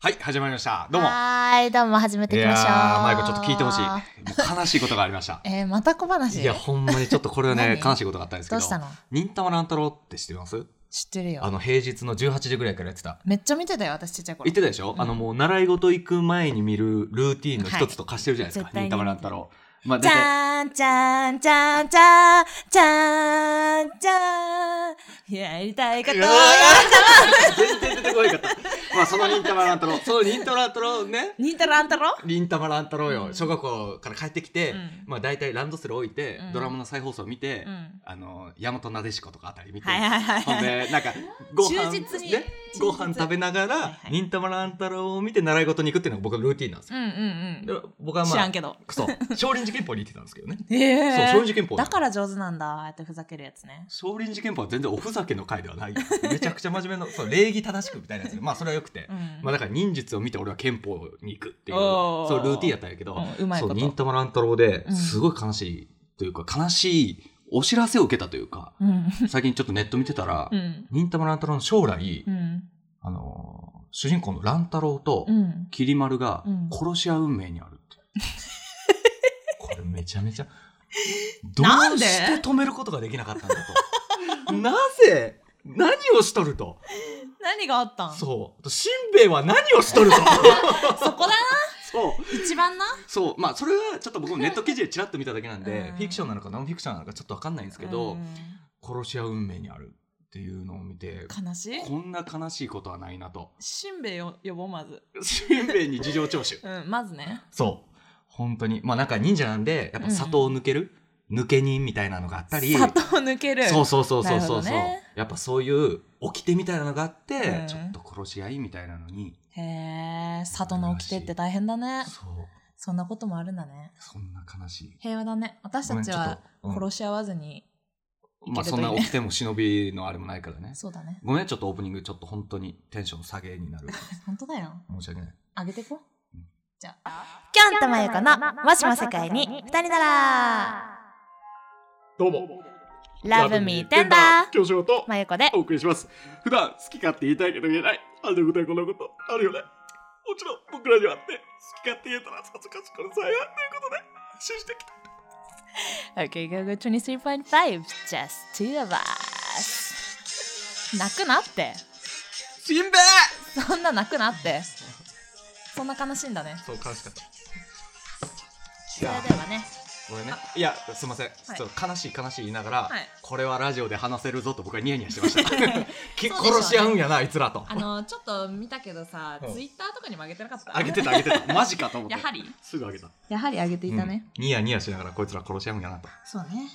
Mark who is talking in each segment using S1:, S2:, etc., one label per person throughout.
S1: はい、始まりました。どうも。
S2: はーい、どうも始めていきましょう。。
S1: ーマイコちょっと聞いてほしい。もう悲しいことがありました
S2: えー、また小話
S1: いや、ほんまにちょっとこれはね、
S2: 何
S1: 悲しいことがあったんですけ
S2: ど
S1: ど。
S2: うしたの
S1: 忍たま乱太郎って知ってます
S2: 知ってる
S1: あ
S2: よ。
S1: の、平日の18時ぐらいからやってた。
S2: めっちゃ見てたよ、私ちっちゃい頃
S1: 言っ。てたでしょ、
S2: うん
S1: あの、もう習い事行く前に見るルーティーンの一つと化してるじゃないですか。
S2: はい絶対に
S1: 忍たま乱太郎。まあ、
S2: じ
S1: だって
S2: ゃーん、じゃーん、じゃーん、じゃーん、じゃーん、じゃーん。やりたいこと
S1: う
S2: は
S1: わー 全然出てこなかった。まあ、その忍たま乱太郎。その忍たま乱太郎ね。
S2: 忍太郎あんたろ
S1: りんたま乱太郎
S2: う
S1: よ
S2: ん
S1: 小学校から帰ってきて、
S2: うん
S1: まあ大体ランドセル置いて、
S2: うん
S1: ドラマの再放送見て、
S2: うん
S1: あの大和なでしことかあたり見て、
S2: はいはいはい
S1: ほんで なんかご飯
S2: 忠実
S1: ね
S2: に忠実
S1: ご飯食べながら、
S2: はいはい
S1: りんたま乱太郎を見て習い事に行くっていうのが僕のルーティンなんです
S2: う
S1: よ、
S2: んうんうん。
S1: で僕はまあ
S2: 知らんけど。
S1: クソ少林寺拳法に行ってたんですけどね
S2: え
S1: そう
S2: え
S1: 少林寺拳法
S2: だから上手なんだ、ああやってふざけるやつね。
S1: 少林寺拳法は全然おふざけの回では ないめちゃくちゃ真面目なそう礼儀正しくみたいなやつでまあそれはよくて、
S2: うん。
S1: まあだから忍術を見て俺は拳法に行くっていう
S2: おー
S1: そうルーティンやったんやけど、
S2: うんうまい
S1: そう
S2: こ
S1: 忍
S2: と。
S1: たま乱太郎ですごい悲しいというか、悲しいお知らせを受けたという か
S2: うん。
S1: 最近ちょっとネット見てたら、
S2: うん。
S1: 忍たま乱太郎の将来、
S2: うん。
S1: あのー主人公の乱太郎と
S2: うん。
S1: きり丸が
S2: うん
S1: 殺し合う運命にあるって、 これめちゃめちゃど
S2: なん
S1: う
S2: で
S1: して止めることができなかったんだと なぜ何をしとると
S2: 何があったんそ
S1: そうしんべヱは何をし とると
S2: こだな、
S1: そう
S2: 一番な。
S1: そうまあそれはちょっと 僕もネット記事でちらっと見ただけなんで、
S2: うん
S1: フィクションなのかノンフィクションなのかちょっと分かんないんですけど、
S2: うん
S1: 殺し合う運命にあるっていうのを見て
S2: 悲しい
S1: こんな悲しいことはないなと
S2: しんべヱを呼ぼうまず
S1: しんべヱに事情聴取
S2: うんまずね
S1: そう本当にまあなんか忍者なんでやっぱ砂糖を抜ける、抜け人みたいなのがあったり
S2: 砂糖抜ける
S1: そうそうそうそう
S2: なるほ
S1: そう
S2: ど
S1: そう、
S2: ね
S1: やっぱそういう掟みたいなのがあって、
S2: うん
S1: ちょっと殺し合いみたいなのに
S2: へえ里の掟って大変だね
S1: そう
S2: そんなこともあるんだね
S1: そんな悲しい
S2: 平和だね私
S1: ごめん
S2: たち
S1: ちょっ
S2: は
S1: と、うん
S2: 殺し合わずに、
S1: まあそんな起きても忍びのあれもないからね
S2: そうだね
S1: ごめんねちょっとオープニングちょっと本当にテンション下げになる
S2: 本当だよ
S1: 申し訳ない
S2: あげてこ
S1: うん
S2: じゃあキョンとマユコのもしも世界に二人なら
S1: どうも
S2: ラブミーテンダー
S1: 巨匠と
S2: マユコで
S1: お送りします普段好き勝手言いたいけど言えないあのことやこのことあるよねもちろん僕らにはあって好き勝手言えたら恥ずかしくなさいということで信じてきた
S2: Okay, go go 23.5 just two of us 泣くなって
S1: しんべ
S2: そんな泣くなってそんな悲しいんだね
S1: そう悲しかった
S2: それではね
S1: ごめんねいやすいません、そう悲しい悲しい言いながら、
S2: はい
S1: これはラジオで話せるぞと僕はニヤニヤしてましたき
S2: そうでしょうね
S1: 殺し合うんやなあいつらと
S2: あ のちょっと見たけどさ
S1: うん
S2: ツイッターとかにも上げてなかった
S1: あげてたあげてたマジかと思って
S2: やはり
S1: すぐあげた
S2: やはり上げていたね、
S1: うんニヤニヤしながらこいつら殺し合うんやなと
S2: そうね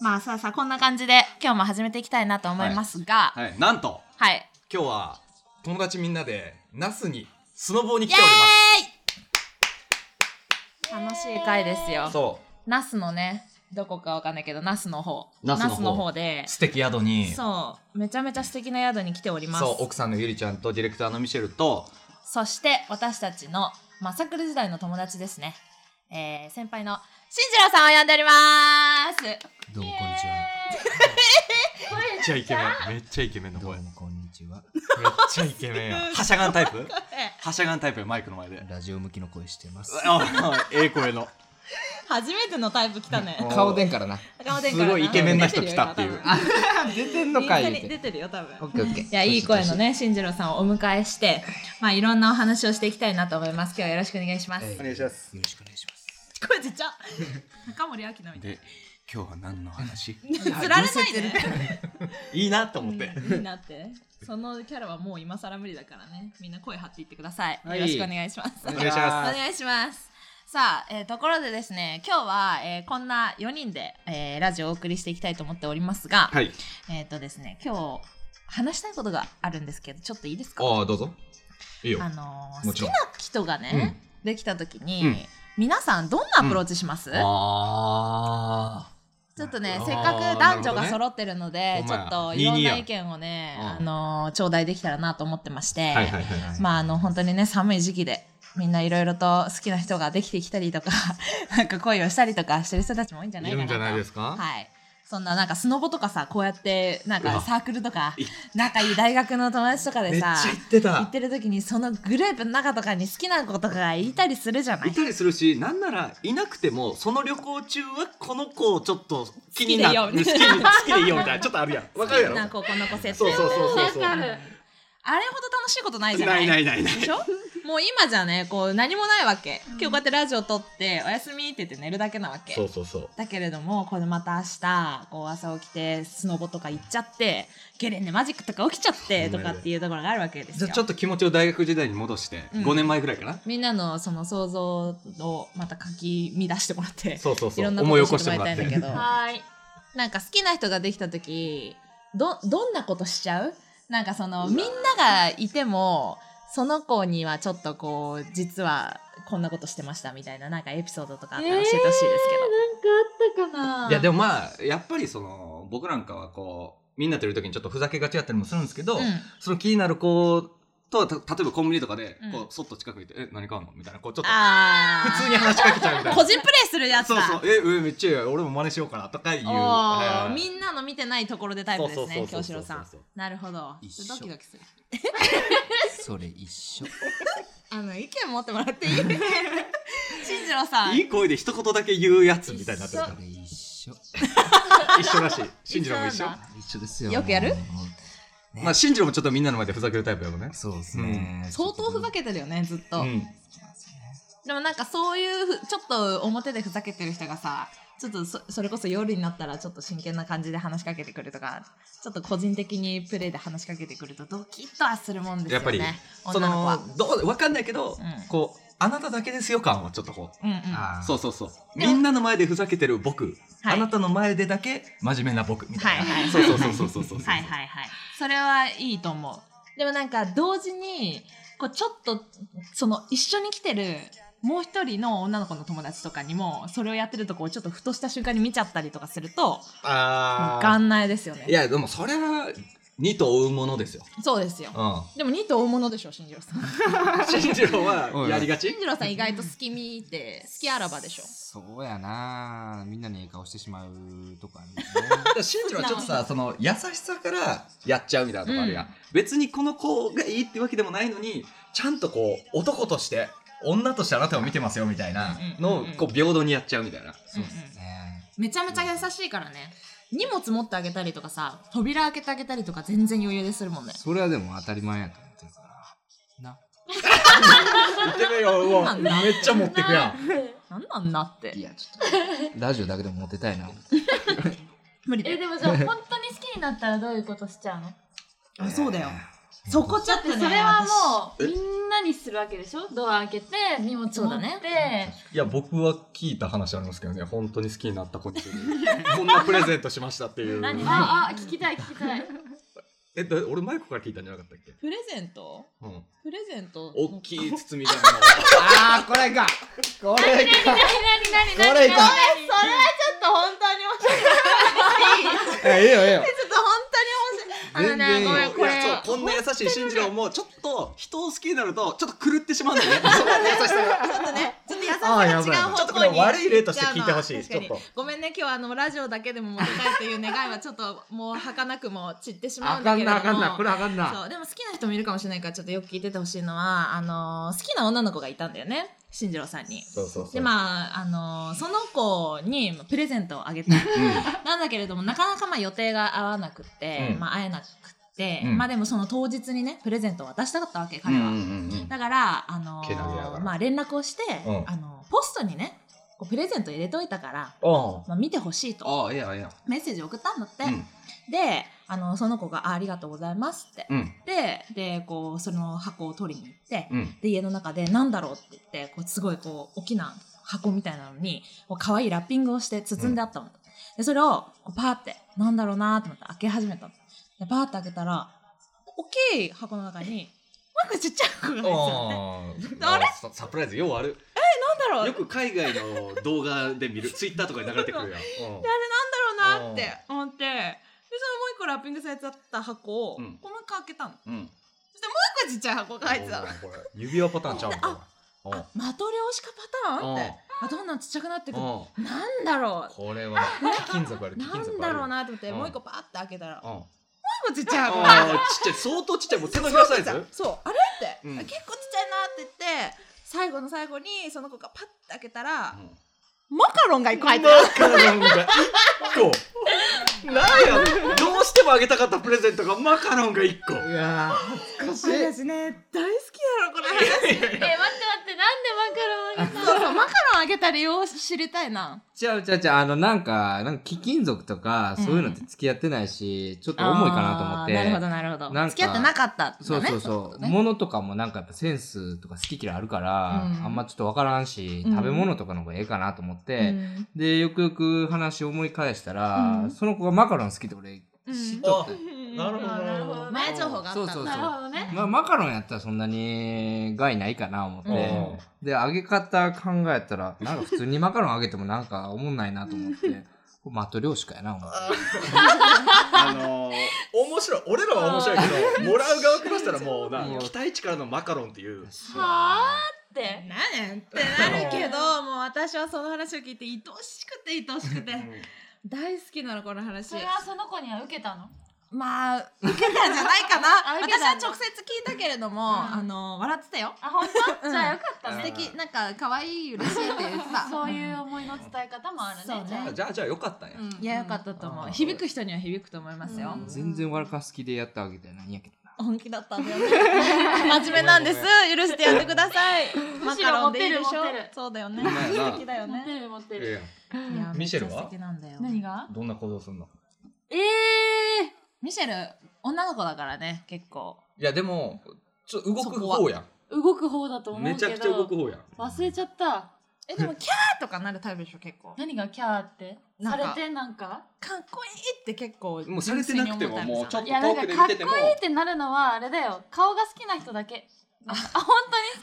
S2: まあさあさあこんな感じで今日も始めていきたいなと思いますがはい、
S1: はいなんと今日は友達みんなでナスにスノボーに
S2: イ
S1: 来ておりま
S2: エーイ楽しい回ですよ
S1: すそ
S2: ナスのねどこかわかんないけどナスの方
S1: ナスの方
S2: で
S1: う素敵宿に
S2: そうめちゃめちゃ素敵な宿に来ております
S1: そう奥さんのゆりちゃんとディレクターのミシェルと
S2: そして私たちのマサクル時代の友達ですね、えー、先輩の新次郎さんを呼んでおります
S3: どうもこんにちは。
S1: めっちゃイケメンめっちゃイケメンの
S3: どう
S1: 声めっ
S3: もこんにちは。
S1: ちゃイケメンやはしゃがんタイプはしゃがんタイプやマイクの前で
S3: ラジオ向きの声してます。
S1: あええ声の
S2: 初めてのタイプ来たね
S1: うん
S3: 顔でんからな。
S2: 赤尾
S1: す
S2: 殿下か
S1: ご
S2: ら
S1: いイケメンな人来たっていう
S3: 出てん
S2: 出てるよ多分インスタに出てるよ多分
S3: 言うてオッケーオッケー。
S2: いやいい声の。ね新次郎さんをお迎えしてまあいろんなお話をしていきたいなと思います今日はよろしくお願いします、
S3: お
S1: 願いします
S3: よろしくお願いします。
S2: 声ちっちゃ 高森明菜みたい
S1: で今日は何の話
S2: なつられないね
S1: いいなと思って、
S2: うんいいなってそのキャラはもう今更無理だからねみんな声張っていってください、
S1: はい
S2: よろしくお願いします
S1: お願いしま
S2: お願いします。さあ、えーところでですね、今日は、えーこんな4人で、えーラジオをお送りしていきたいと思っておりますが、
S1: はい
S2: えっ、とですね、今日話したいことがあるんですけど、ちょっといいですか
S1: ああどうぞいいよ
S2: あのー好
S1: もち
S2: き
S1: ろ
S2: なん人がね、できた時に、
S1: うん
S2: 皆さんどんなアプローチします、
S1: あ
S2: ちょっとね
S1: あー
S2: せっかく男女が揃ってるので、
S1: ほ
S2: ちょ
S1: んまや
S2: っといろん
S1: 22
S2: な
S1: や
S2: 意見をね、
S1: うん
S2: あのー頂戴できたらなと思ってまして、
S1: あはいはいはいはい、
S2: まああの本当にね寒い時期でみんないろいろと好きな 人ができてきたりとかなんか恋をしたりとかしてる人たちも多いんじゃないいか
S1: る
S2: なん
S1: じ
S2: と
S1: ゃないですか、
S2: はいそんななんかスノボとかさこうやってなん
S1: う
S2: か
S1: わ
S2: サークルとか
S1: い
S2: 仲いい大学の友達とか
S1: め
S2: で
S1: っちゃ
S2: さ
S1: 行って
S2: 行
S1: た
S2: ってる時にそのグループの中とかに好きな子とかがいたりするじゃない
S1: いたりするしなんならいなくてもその旅行中はこの子をちょっと気になる
S2: 好きでいようみ
S1: 好き
S2: たい
S1: に好きでいいよみたいなちょっとあるやんわかるやろ
S2: 好きな子この子設定
S1: そうそうそうそうそう
S2: あれほど楽しいことないじゃ
S1: ないないないない
S2: でしょもう今じゃねこう何もないわけ今日こうやってラジオ撮っておやすみって言って寝るだけなわけ
S1: そうそうそう
S2: だけれどもこれまた明日こう朝起きてスノボとか行っちゃってゲレンデマジックとか起きちゃってとかっていうところがあるわけです
S1: じ
S2: よ
S1: ゃあちょっと気持ちを大学時代に戻して
S2: うん
S1: 5年前ぐらいかな
S2: みんなのその想像をまた書き乱してもらって
S1: そうそう
S2: い
S1: そう
S2: ろんな
S1: 思い起
S2: こ
S1: ことしてもらっ
S2: い
S1: て
S2: んだけど
S4: はーい。
S2: なんか好きな人ができた時どどんなことしちゃうなんかその
S1: うわ
S2: みんながいてもその子にはちょっとこう実はこんなことしてましたみたいななんかエピソードとかあったら教えてほしいで
S4: なんかあったかない
S1: やでもまあやっぱりその僕なんかはこうみんなといる時にちょっとふざけがちやったりもするんですけど、
S2: すけど、うん
S1: その気になる子とはた例えばコンビニとかで
S2: うん
S1: こうそっと近くにいて「え何買うの?」みたいなこうちょっと
S2: あー
S1: 普通に話しかけちゃうみたい
S2: 個
S1: な。
S2: 人プレイするやつ
S1: そう
S2: だ
S1: そう、え、うめっちゃいいよ俺も真似しようかなとかいう。
S2: おー
S1: はい
S2: みんなの見てないところでタイプですね
S1: そう
S2: 京
S1: そうそうそ
S2: 志
S1: う
S2: 郎さん
S1: そうそう
S2: なるほど
S3: 一緒
S2: ドキドキする
S3: それ一緒。
S2: あの意見持ってもら っていい新次郎さん
S1: いい声で一言だけ言うやつみたいになってるか
S3: そ
S1: ら
S3: れ一緒。
S1: 一緒らしい進次郎も一
S2: 一緒
S1: 緒
S2: なんだ
S3: 一緒ですよ。
S2: よくやる
S3: もうね
S1: まあ進次郎もちょっとみんなの前でふざけるタイプやもんね
S3: そうですね。
S2: 相当ふざ
S3: け。
S2: けてるよねずっと、
S1: ん
S2: でもなんかそういうふちょっと表でふざけてる人がさちょっとそそれこそ夜になったらちょっと真剣な感じで話しかけてくるとかちょっと個人的にプレイで話しかけてくるとドキッとはするもんですよね
S1: やっぱりそ
S2: 女の子は
S1: のどうわかんないけど
S2: うん
S1: こうあなただけですよ感をちょっとこう
S2: うんうん
S3: あー
S1: そうそうそうみんなの前でふざけてる僕
S2: はい
S1: あなたの前でだけ真面目な僕みたいな
S2: はいはい
S1: そうそうそうそうそうそう
S2: はいはいはいそれはいいと思うでもなんか同時にこうちょっとその一緒に来てるもう一人の女の子の友達とかにもそれをやってるとこをちょっとふとした瞬間に見ちゃったりとかすると
S1: あ
S2: 元
S1: あ
S2: 内ですよね
S1: いやでもそれは二と追うもの ですよ
S2: そうですよ
S1: う
S2: でも2と大物でしょ新次郎さん
S1: ん進次郎はやりがち
S2: 新次郎さん意外と好き見て好きあらばでしょ
S3: そうやな。みんなに笑顔してしまうとかね。
S1: 新次郎はちょっとさその優しさからやっちゃうみたいなとこあるやん、
S2: うん
S1: 別にこの子がいいってわけでもないのにちゃんとこう男として女としてあなたを見てますよみたいなのを
S2: うんうんうん
S1: こう平等にやっちゃうみたいな、
S3: そう ですね。
S2: めちゃめちゃ優しいからね荷物持ってあげたりとかさ扉開けてあげたりとか全然余裕でするもんね
S3: それはでも当たり前やと思ってるから。な。
S1: イケメンがうわ
S2: そうなんだ
S1: めっちゃ持ってくやん
S2: なんなんなって
S3: いや、ちょっと。ラジオだけでもモテたいな。
S2: 無理だ
S4: え、
S2: よ
S4: でもじゃあ、本当に好きになったらどういうことしちゃうの
S2: あそうだよそこちょ
S4: だ
S2: っ
S4: っ
S2: と
S4: て
S2: ね
S4: それはもう、みんなにするわけでしょドア開けて、荷物
S2: そう
S4: 持
S2: だ
S4: っ
S2: ね
S4: て。
S1: いや僕は聞いた話ありますけどね本当に好きになった子にこんなプレゼントしましたっていう
S2: 何
S4: あ、あ、聞きたい聞きたい。
S1: えだ俺マイクから聞いたんじゃなかったっけ、
S2: プレゼント
S1: うん、
S2: プレゼント
S1: 大きい包み紙
S3: ああ、これか。これか。
S4: 何何何何
S3: これいか
S4: 何
S2: それはちょっと本当に面白い
S3: え、いいよ、いいよ。
S2: ちょっと本当に面白いあの
S3: 全然い
S2: ね
S3: いよ
S2: ごめん
S1: の
S2: これ
S1: いやそうこんな優しい新次郎もちょっと人を好きになるとちょっと狂ってしまうんだよ ねその優しさが
S2: ちょっとね、ちょっと優しさ
S3: あ
S2: が
S3: ー
S2: 違
S3: や
S2: う
S3: ばい
S2: 方
S1: ちょっとこ
S2: 向
S1: れ
S2: に。
S1: 悪い例として聞いてほしい
S2: じゃ
S1: ちょ
S2: あまあ
S1: っと
S2: 確かにごめんね、今日はあのラジオだけでも持って帰という願いはちょっともう儚くも散ってしまう
S3: あ
S2: んだ
S3: か
S2: けれ
S3: ん
S2: ども。
S3: な、あかんな、これあかんな。
S2: そう、でも好きな人もいるかもしれないから、ちょっとよく聞いててほしいのは、あのー好きな女の子がいたんだよね、新次郎さんに。
S1: そうそうそう
S2: で、まあ、あのーその子にまあプレゼントをあげた。 なんだけれども、なかなかまあ予定が合わなくって、
S1: うん
S2: まあ会えなくって、
S1: うん
S2: まあでもその当日にね、プレゼントを渡したかったわけ、
S1: うん
S2: 彼は。
S1: うんうんうん
S2: だから、あのー
S1: けなげやから
S2: まあ、連絡をして、
S1: うん
S2: あのーポストにねこうプレゼント入れといたから、
S1: あ
S2: まあ、見てほしいと
S1: ああいやいや
S2: メッセージ送ったんだって、
S1: うん
S2: であのーその子があ「ありがとうございます」って
S1: うん
S2: ででこうその箱を取りに行って、
S1: うん
S2: で家の中で「なんだろう?」って言ってこうすごいこう大きな箱みたいなのにこう可愛いラッピングをして包んであったの、でそれをこうパーってなんだろうなーって思って開け始めたのでパーって開けたら大きい箱の中になんかちっちゃい子が入ってたのね
S1: ああれササプライズようある
S2: なんだろう
S1: よく海外の動画で見るツイッターとかに流れてくる やんうん
S2: あれなんだろうなって思ってでそのもう一個ラッピングされちゃった箱を、
S1: うん
S2: この中開けたのなんか
S1: うん
S2: ちっちゃい箱が入ってたの
S1: これ指輪パターンちゃうん
S2: あ
S1: か
S3: お
S2: あマトリョーシカパターンってあどんどんちっちゃくなってくる
S3: お
S2: なんだろ
S3: これは貴金属ある
S2: う
S3: 貴
S2: な
S3: 金属あ
S2: ん
S3: る
S2: だろうなと思って
S3: うん
S2: もう一個パーって開けたら
S3: うん
S2: もう
S3: あ
S2: ちっちゃい箱
S1: あーちっちゃい相当ちっちゃいもう手のひらサイズ
S2: そうあれって、
S3: うん
S2: 結構ちっちゃいなって言って最後の最後にその子がパッて開けたら、マカロンが一個入ってた
S1: マカロンが1個な んやどうしてもあげたかったプレゼントがマカロンが1個
S3: いやー恥ず
S2: これ
S3: か
S2: で
S3: しい
S2: すね大好きだろこれ
S4: え待って待ってなんでマカロンあげたの
S2: そうそうマカロンあげた理由を知りたいな
S3: ちゃうちゃうちゃうあのなんかなんか貴金属とかそういうのって付き合ってないし、ちょっと重いかなと思って
S2: あーなるほどなるほど
S3: なんか
S2: 付き合ってなかったんだね
S3: そうそうそう、
S2: ね
S3: 物とかもなんかやっぱセンスとか好き嫌いあるから、
S2: うん
S3: あんまちょっと分からんし、
S2: うん
S3: 食べ物とかの方がええかなと思っ
S2: う
S3: て、
S2: ん
S3: でよくよく話を思い返したら、
S2: うん
S3: その子がマカロン好きって俺
S2: うん
S3: 知っとって、
S1: なるほど
S4: あなるほど
S2: 前情報があったんだ
S3: そうそう
S4: なるほどね
S3: まあ、マカロンやったらそんなに害ないかな思って、
S1: う
S3: で揚げ方考えたらなんか普通にマカロン揚げてもなんかおもんないなと思って。これマット漁師かやな、思って
S1: あのー、面白い俺らは面白いけどもらう側からしたら もうな
S3: うん
S1: 期待値からのマカロンっていう
S4: はあって
S2: 何年ってなるけどもう私はその話を聞いて愛おしくて愛おしくて大好きなのこの話
S4: それはその子には受けたの
S2: まあ受けたんじゃない かな
S4: あ受け
S2: 私
S4: た
S2: は
S4: んだ
S2: 直接聞いたけれども、
S4: うん
S2: あの笑ってたよ
S4: あ本当じゃあよかった
S1: うん
S2: 素
S4: ね
S2: 敵なんか可愛い嬉しいって言ってた
S4: そういう思いの伝え方もあるね
S2: そうね
S4: じゃあ
S1: じゃあじゃあよかったんや、
S4: うん
S2: いやよかったと思
S3: う
S2: うん響く人には響くと思いますよ、
S4: うん
S3: 全然わらか好きでやったわけじゃないんやけどな。
S2: 本気だったんだよ ね真面目なんです許してやってください
S4: む
S2: マ
S4: し
S2: カ
S4: ろ
S2: ロ
S4: モ
S2: ン
S4: テ
S2: でいい
S4: る
S2: でしょ
S4: モテる
S2: そうだよね
S1: まあな
S2: 素敵だよ
S4: 持っ
S2: ね
S4: てる持って
S1: ええ
S4: る
S1: やん
S2: いや
S3: ミシェル
S2: めっち
S3: は
S2: ゃ素敵なんだよ
S4: 何が
S3: どんな行動すんの
S4: ええ
S2: ミシェル女の子だからね結構
S1: いやでもちょ動
S2: そ
S1: く
S2: こは
S1: 方や
S4: 動く方だと
S1: ん
S4: 思
S1: め
S4: う
S1: ちゃ
S4: け
S1: くちゃ動く
S4: ど
S1: 方やん
S4: 忘れちゃった
S2: えでもキャーとかなるタイプでしょ結構
S4: 何がキャーって
S2: な
S4: さ
S2: んか
S4: れてなんか
S2: かっこいいって結構
S1: もうされてなくてももうちょっ
S4: い
S1: と
S4: やな
S1: 遠
S4: んか
S1: くで見
S4: かっ
S1: て
S4: こいい
S1: ても
S4: ってなるのはあれだよ顔が好きな人だけあ本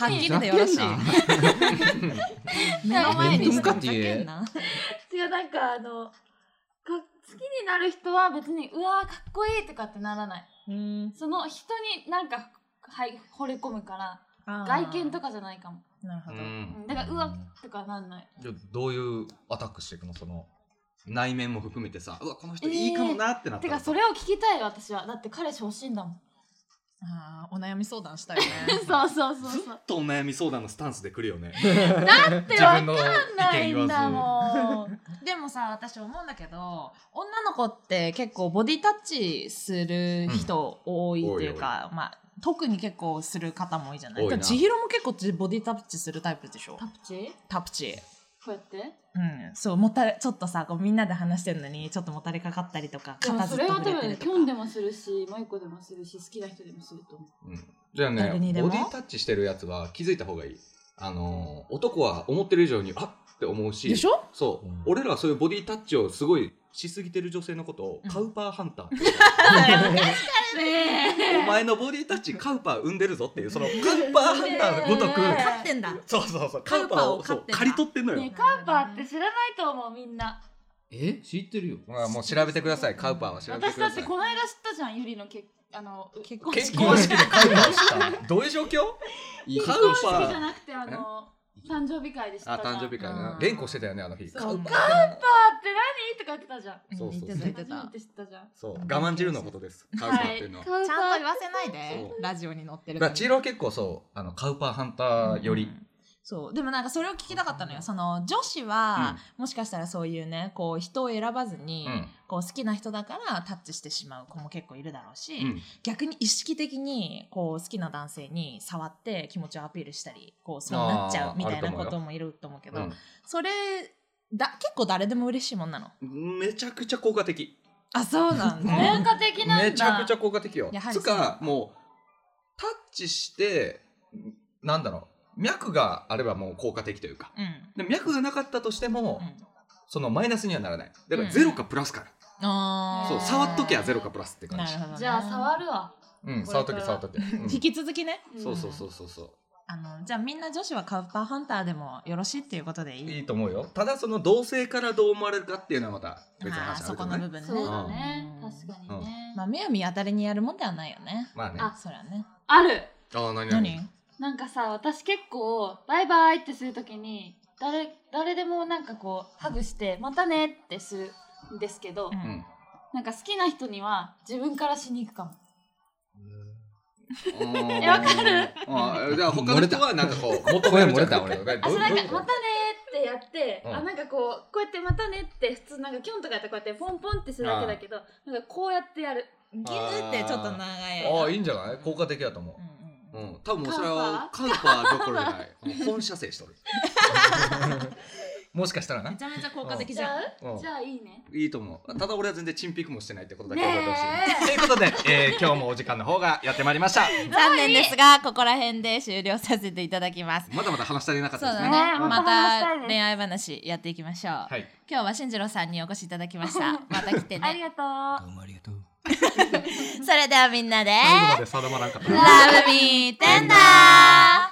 S4: 当
S2: はっ
S4: に好
S2: き
S4: き
S2: りでよろしい目の前に
S3: 面と向かって言え
S2: ふざけんな
S4: 違うなんかあのか好きになる人は別にうわーかっこいいとかってならない
S2: うん
S4: その人になんかはい惚れ込むから
S2: あー
S4: 外見とかじゃないかも
S2: なるほ
S1: う
S2: ど、
S1: ん
S4: うんだからうわとかなんない
S1: じゃあどういうアタックしていくのその内面も含めてさうわこの人いいかもなってなった
S4: て
S1: ら
S4: か
S1: さ
S4: それを聞きたい私はだって彼氏欲しいんだもん
S2: あーお悩み相談したいね
S4: そうそうそう
S1: ずっ
S4: そう
S1: とお悩み相談のスタンスで来るよね。
S4: だってわかん
S3: の意
S4: ないんだもん
S2: でもさ私思うんだけど女の子って結構ボディタッチする人多いっていうか、まあ特に結構する方も多いじゃない
S1: 多いな
S2: 千尋も結構ボディタッチするタイプでしょ
S4: タプチ
S2: タプチ
S4: こうやって
S2: うんそうもたれちょっとさこうみんなで話してるのにちょっともたれかかったりとか
S4: でも
S2: 肩ず
S4: そ
S2: っと
S4: れは
S2: 触
S4: 多
S2: れて
S4: 分
S2: る
S4: キ
S2: と
S4: ョ
S2: か
S4: ンでもするしマイコでもするし好きな人でもすると思う
S1: じゃあね
S2: 誰にで
S1: ボ
S2: も
S1: ディタッチしてるやつは気づいた方がいい。あのー男は思ってる以上にあっって思うし
S2: でしょ
S1: そう、
S3: うん
S1: 俺らはそういうボディタッチをすごいしすぎてる女性のことを
S2: うん
S1: カウパーハンターって、
S4: ね
S1: お前のボディタッチカウパー生んでるぞっていうそのカウパーハンターのごとく、
S4: ね
S2: 勝ってんだ
S1: そうそうそうカ
S2: カウ
S1: ウ
S2: パ
S1: パ
S2: ー
S1: ー
S2: を
S1: を
S2: 飼
S1: そ
S2: っ
S1: う
S2: てんだ
S1: 借り取ってんの
S4: え
S1: よ、
S4: ねえカウパーって知らないと思うみんな
S3: え知ってるよ。
S1: まあもう調べてくださいカウパーは調べて
S4: 私
S1: く
S4: だ
S1: だ
S4: っ
S1: さ
S4: て
S1: い
S4: この間知ったじゃんゆりの結あのう
S2: 結婚
S1: 結
S2: 式
S1: 婚式でカウパーしたどういう状況
S3: いい
S1: カウ
S4: 結婚
S1: パ
S4: 式じゃ
S1: ー
S4: なくてあの誕生日会で知った
S1: あ
S4: じゃん
S1: 誕生日
S4: カウ
S1: 会な
S2: うん
S1: 連呼してたよねあの日
S2: そう
S1: カウパー
S4: パーって何とか言ってたじゃん
S1: そうそうそう
S2: 言ってた言って
S4: 初
S2: た
S4: めて知ったじゃん
S1: そう我慢汁のことですカウパーっていうのは、
S4: カウ
S2: ち
S4: パ
S2: ゃんと
S4: ー
S2: 言わせないで
S1: そ
S2: ラジオに載って
S1: だ
S2: るか
S1: からら千尋は結構そうあのカウパーハンターより、
S2: うんそうでもなんかそれを聞きたかったのよその女子は、もしかしたらそういうねこう人を選ばずに、
S1: うん
S2: こう好きな人だからタッチしてしまう子も結構いるだろうし、
S1: うん
S2: 逆に意識的にこう好きな男性に触って気持ちをアピールしたりこうそうなっちゃ
S1: あー
S2: うみたい
S1: ある
S2: な
S1: と思う
S2: こ
S1: よ
S2: ともいると思うけど、それだ結構誰でも嬉しいもんなの
S1: うんめちゃくちゃ効果的
S2: あそうなんだ、
S4: 文化的なんだ
S1: めちゃくちゃ効果的よ
S2: やはり
S1: つ
S2: そう
S1: かもうタッチしてなんだろう脈があればもう効果的というか
S2: うん
S1: で脈がなかったとしても、
S2: うん
S1: そのマイナスにはならないだか
S2: う
S1: ら
S2: ん
S1: ゼロかプラスから、
S2: あー
S1: そう
S4: へー
S1: 触っときゃゼロかプラスって感
S2: な
S1: じ
S2: るほどね
S4: じゃあ触るわ
S1: うん
S4: これ
S1: 触っと
S4: から
S1: き触っとき、 うん
S2: 引き続きね
S1: そうそうそうそうそう
S2: あのじゃあみんな女子はカウパーハンターでもよろしいっていうことでいい
S1: いいと思うよただその同性からどう思われるかっていうのはまた別の
S2: あ
S1: 話
S2: ー
S1: あ
S2: そ
S1: るけ
S2: こ
S1: ど
S2: の
S1: ね
S2: 部分ね
S4: そうだね
S2: うん
S4: 確かにね
S2: まあむやみやたりにやるもんではないよね
S1: まあね
S4: あ
S2: そりゃね
S4: ある
S1: ああ何
S2: 何
S4: なんかさ私結構バイバイってするときに誰誰でもなんかこうハグしてまたねってするんですけど、
S2: うん
S3: ん
S4: なんか好きな人には自分からしに行くかも
S1: え
S4: えわか
S1: るじゃあ他の人はなんかこう求
S3: 声
S1: める
S3: 漏れ
S1: じゃ
S3: た
S1: ん
S3: 俺。
S4: あそうなんか「またね」ってやって、
S3: うん
S4: あなんかこうこうやって「またね」って普通なんかキョンとかやったらこうやってポンポンってするだけだけどなんかこうやってやる
S2: ギューってちょっと長い
S5: ああいいんじゃない効果的だと思
S2: う
S5: うん
S2: う
S5: うん
S2: うん
S5: ん
S1: 多分もうそれはカンパーどころじゃないもう本社生しとる
S5: もしかしたらな
S2: めちゃめちゃ効果的
S4: じ
S2: じ
S4: ゃ
S2: ゃ
S4: あ
S2: ん
S5: うん
S4: じゃあいいね
S1: いいと思うただ俺は全然チンピクもしてないってことだけ
S4: ね
S1: 覚えてほしい
S4: え
S5: ということで、えー今日もお時間の方がやってまいりました
S2: 残念ですがここら辺で終了させていただきます
S1: まだまだ話し足りなかっ
S2: そう
S1: たです
S2: だ
S1: ね
S2: ね、
S4: ね
S2: ま
S4: また話したい
S2: た
S4: です
S2: 恋愛話やっていきましょう、
S5: はい
S2: 今日は進次郎さんにお越しいただきました また来て
S4: あり
S2: ね
S4: がとう
S3: どうもありがとう。
S2: それではみんなで
S5: 最後まで定まらんかった
S2: ラブミーテンダー